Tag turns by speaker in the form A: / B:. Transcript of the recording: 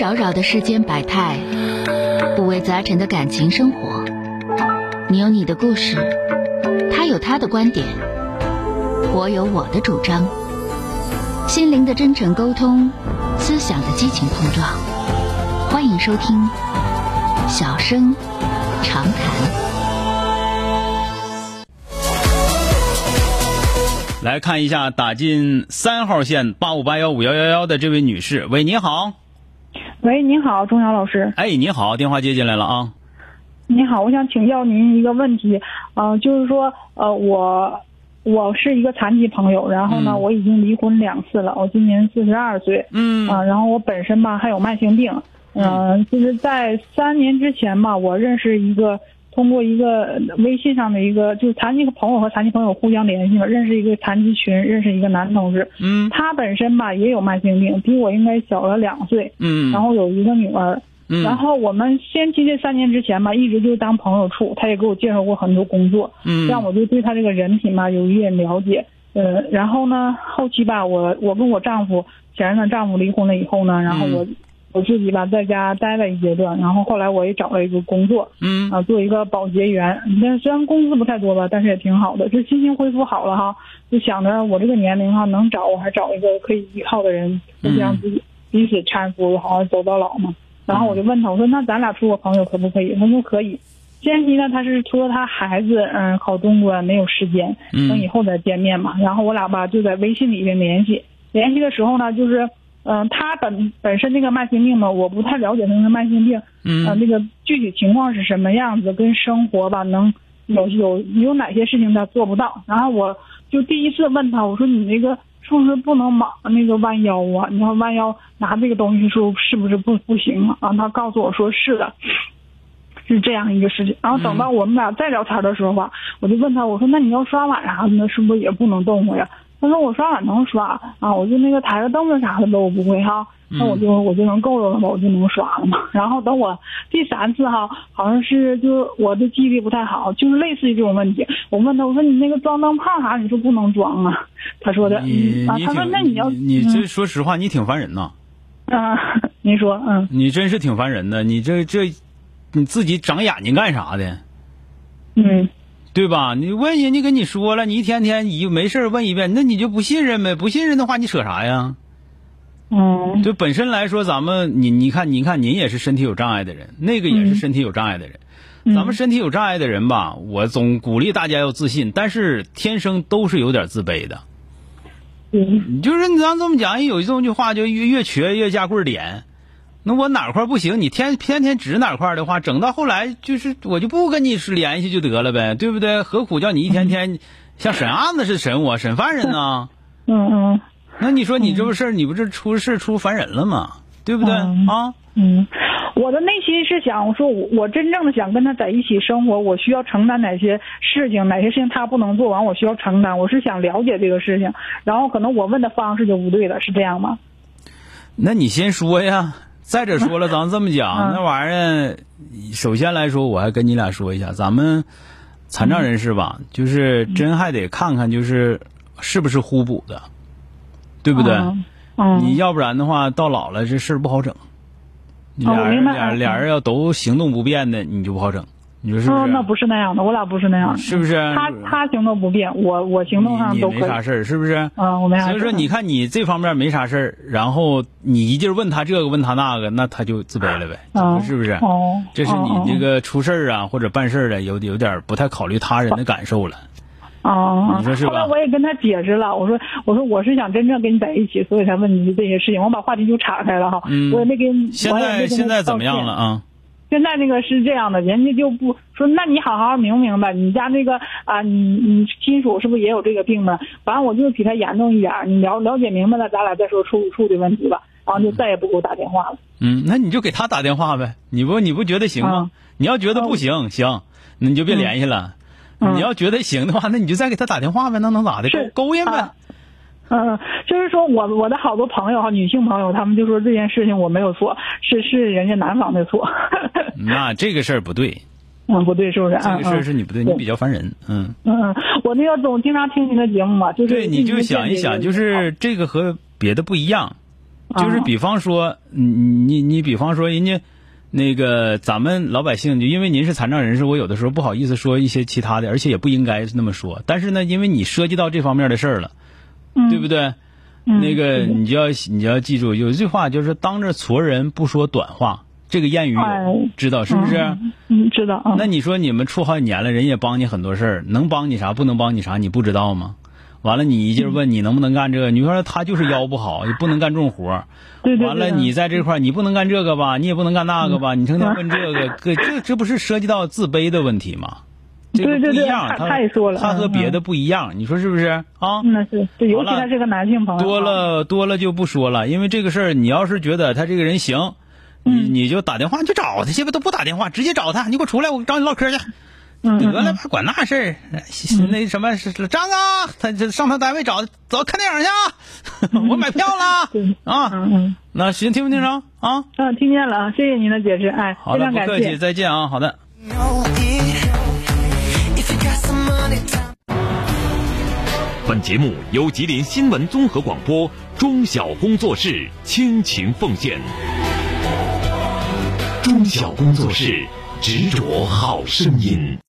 A: 扰扰的世间百态，五味杂陈的感情生活。你有你的故事，他有他的观点，我有我的主张。心灵的真诚沟通，思想的激情碰撞。欢迎收听《小声长谈》。
B: 来看一下打进三号线八五八幺五幺幺幺的这位女士，喂，你好，
C: 喂，您好，钟晓老师。
B: 哎，你好，电话接进来了啊，
C: 你好，我想请教您一个问题，呃，就是说，呃，我我是一个残疾朋友，然后呢，
B: 嗯
C: 我已经离婚两次了，我今年四十二岁，
B: 嗯
C: 啊、然后我本身吧还有慢性病，嗯、就是在三年之前吧，我认识一个通过一个微信上的一个就是残疾朋友和残疾朋友互相联系嘛，认识一个残疾群，认识一个男同志，
B: 嗯
C: 他本身吧也有慢性病，比我应该小了两岁，
B: 嗯，
C: 然后有一个女儿，
B: 嗯
C: 然后我们先期这三年之前吧，一直就当朋友处，他也给我介绍过很多工作，
B: 嗯
C: 这样我就对他这个人品吧有一点了解。呃，然后呢，后期吧，我我跟我丈夫前任的丈夫离婚了以后呢，然后我、
B: 嗯
C: 我自己吧在家待了一阶段，然后后来我也找了一个工作，
B: 嗯
C: 啊、做一个保洁员。但虽然工资不太多吧，但是也挺好的。就心情恢复好了哈，就想着我这个年龄哈，能找我还找一个可以依靠的人，就这样
B: 嗯
C: 自己彼此搀扶，好像走到老嘛。然后我就问他，我说那咱俩处个朋友可不可以？他说可以。前提呢，他是说他孩子嗯、考中专没有时间，等以
B: 嗯
C: 后再见面嘛。然后我俩吧就在微信里边联系，联系的时候呢，就是嗯、呃他本本身这个慢性病嘛，我不太了解他的慢性病，呃，
B: 嗯
C: 那个具体情况是什么样子，跟生活吧，能有有有哪些事情他做不到？然后我就第一次问他，我说你那个是不是不能马那个弯腰啊？你看弯腰拿这个东西的时候是不是不不行啊？然后他告诉我说是的。是这样一个事情，然后等到我们俩再聊天的时候吧，我就问他，我说那你要刷碗啥的，是不是也不能动我呀？他说我刷碗能刷啊，我就那个抬个凳子啥的都我不会哈、
B: 嗯
C: 那我就我就能够着了嘛，我就能刷了嘛。然后等我第三次哈，好像是就我的记忆力不太好，就是类似于这种问题。我问他，我说你那个装灯泡啥，你说不能装啊？他说的，
B: 你
C: 嗯啊，
B: 你
C: 他说
B: 挺
C: 那你要
B: 你
C: 嗯
B: 这说实话，你挺烦人呐，
C: 啊，您说嗯，
B: 你真是挺烦人的，你这这你自己长眼睛干啥的？
C: 嗯
B: 对吧？你问人家跟你说了，你一天天一没事儿问一遍，那你就不信任呗？不信任的话，你扯啥呀？
C: 嗯
B: 对本身来说，咱们你你看，你看您也是身体有障碍的人，那个也是
C: 嗯
B: 身体有障碍的人。
C: 嗯
B: 咱们身体有障碍的人吧，我总鼓励大家要自信，但是天生都是有点自卑的。
C: 嗯
B: 你就是你咱这么讲，有这么句话，就越越瘸越架棍儿脸。那我哪块儿不行，你天天天指哪块儿的话，整到后来就是我就不跟你是联系就得了呗，对不对？何苦叫你一天天像审案子似的审我，审犯人 呢？
C: 嗯嗯
B: 那你说你这不事儿，你不这出事儿出烦人了吗？对不对
C: 嗯
B: 啊？
C: 嗯，我的内心是想，我说我我真正的想跟他在一起生活，我需要承担哪些事情，哪些事情他不能做完，我需要承担。我是想了解这个事情，然后可能我问的方式就不对了，是这样吗？
B: 那你先说 呀。再者说了，咱这么讲，
C: 嗯
B: 那玩意儿，首先来说，我还跟你俩说一下，咱们残障人士
C: 嗯
B: 吧，就是真还得看看，就是是不是互补的，对不对？
C: 嗯嗯，
B: 你要不然的话，到老了这事儿不好整。你
C: 哦
B: 俩
C: 我
B: 人
C: 明白
B: 俩
C: 嗯
B: 俩人要都行动不便的，你就不好整，你说是不
C: 哦，
B: 是？
C: 那不是那样的，我俩不是那样的。
B: 是不是？
C: 他他行动不便，我我行动上
B: 你
C: 都
B: 你没
C: 可以
B: 啥。事儿，是不是？
C: 嗯，我没啥
B: 所
C: 事。
B: 以说，你看你这方面没啥事儿，然后你一劲儿问他这个问他那个，那他就自卑了呗，
C: 嗯
B: 是不是？
C: 哦，
B: 这是你这
C: 个
B: 个出事儿啊或者办事儿的，有有点儿不太考虑他人的感受了。
C: 哦，
B: 你说是吧
C: 后来我也跟他解释了，我说我说我是想真正跟你在一起，所以才问你这些事情。我把话题就岔开了哈，
B: 嗯
C: 我也没跟
B: 现
C: 我也没
B: 在
C: 跟他
B: 现在怎么
C: 道
B: 样
C: 歉
B: 了啊？
C: 现在那个是这样的，人家就不说，那你好好明不明白？你家那个啊，你你亲属是不是也有这个病呢？反正我就是比他严重一点儿，你了了解明白了，咱俩再说处不处的问题吧。然后就再也不给我打电话了。
B: 嗯，那你就给他打电话呗。你不你不觉得行吗？你要觉得不行，行，那你就别联系了。
C: 哦嗯
B: 你要觉得行的话，那你就再给他打电话呗，那能咋的？勾
C: 是
B: 勾引呗
C: 啊。嗯，就是说我我的好多朋友哈，女性朋友，她们就说这件事情我没有错，是是人家男方的错。
B: 那这个事儿不对，
C: 嗯，不对，是不是？
B: 这个事儿是你不对，你
C: 对
B: 比较烦人。嗯。
C: 嗯嗯，我那个总经常听您的节目嘛，就是
B: 对，你就想一想，就
C: 好啊
B: 是这个和别的不一样，就是比方说，你你你比方说，人家那个咱们老百姓，就因为您是残障人士，我有的时候不好意思说一些其他的，而且也不应该那么说。但是呢，因为你涉及到这方面的事儿了，对不对？
C: 嗯
B: 那个
C: 是的
B: 你就要你就要记住，有一句话就是当着矬人不说短话，这个谚语有
C: 哎
B: 知道是不是？
C: 嗯，知道嗯。
B: 那你说你们处好几年了，人也帮你很多事儿，能帮你啥，不能帮你啥，你不知道吗？完了，你一劲儿问你能哎不能干这个，你说他就是腰不好，也不能干重活儿。
C: 对对对。嗯
B: 完了，你在这块儿你不能干这个 吧，你也不能干那个吧，你成天问这个，这这这不是涉及到自卑的问题吗？这个
C: 对对
B: 不一
C: 对
B: 样，
C: 他
B: 他
C: 他也说了
B: 他和
C: 嗯
B: 别的不一样，你说是不是啊？
C: 嗯那是对，尤其
B: 好了
C: 他是个男性朋友。啊
B: 多。了多了就不说了，因为这个事儿，你要是觉得他这个人行，你
C: 嗯
B: 你就打电话就找他去呗，都不打电话，直接找他，你给我出来，我找你唠嗑去。
C: 嗯
B: 得
C: 嗯
B: 了吧，管那事儿，那什么是张啊，他这上他单位找，走看电影去啊， 我买票了
C: 嗯对
B: 啊。
C: 嗯嗯
B: 那行，听没听着啊？
C: 嗯，听见了啊，谢谢您的解释，哎，
B: 好
C: 非
B: 了，
C: 常
B: 不
C: 感
B: 客
C: 谢
B: 气，。再见啊，好的。
D: know it. If you got some money, time.
E: 本节目由吉林新闻综合广播中小工作室倾情奉献。中小工作室执着好声音。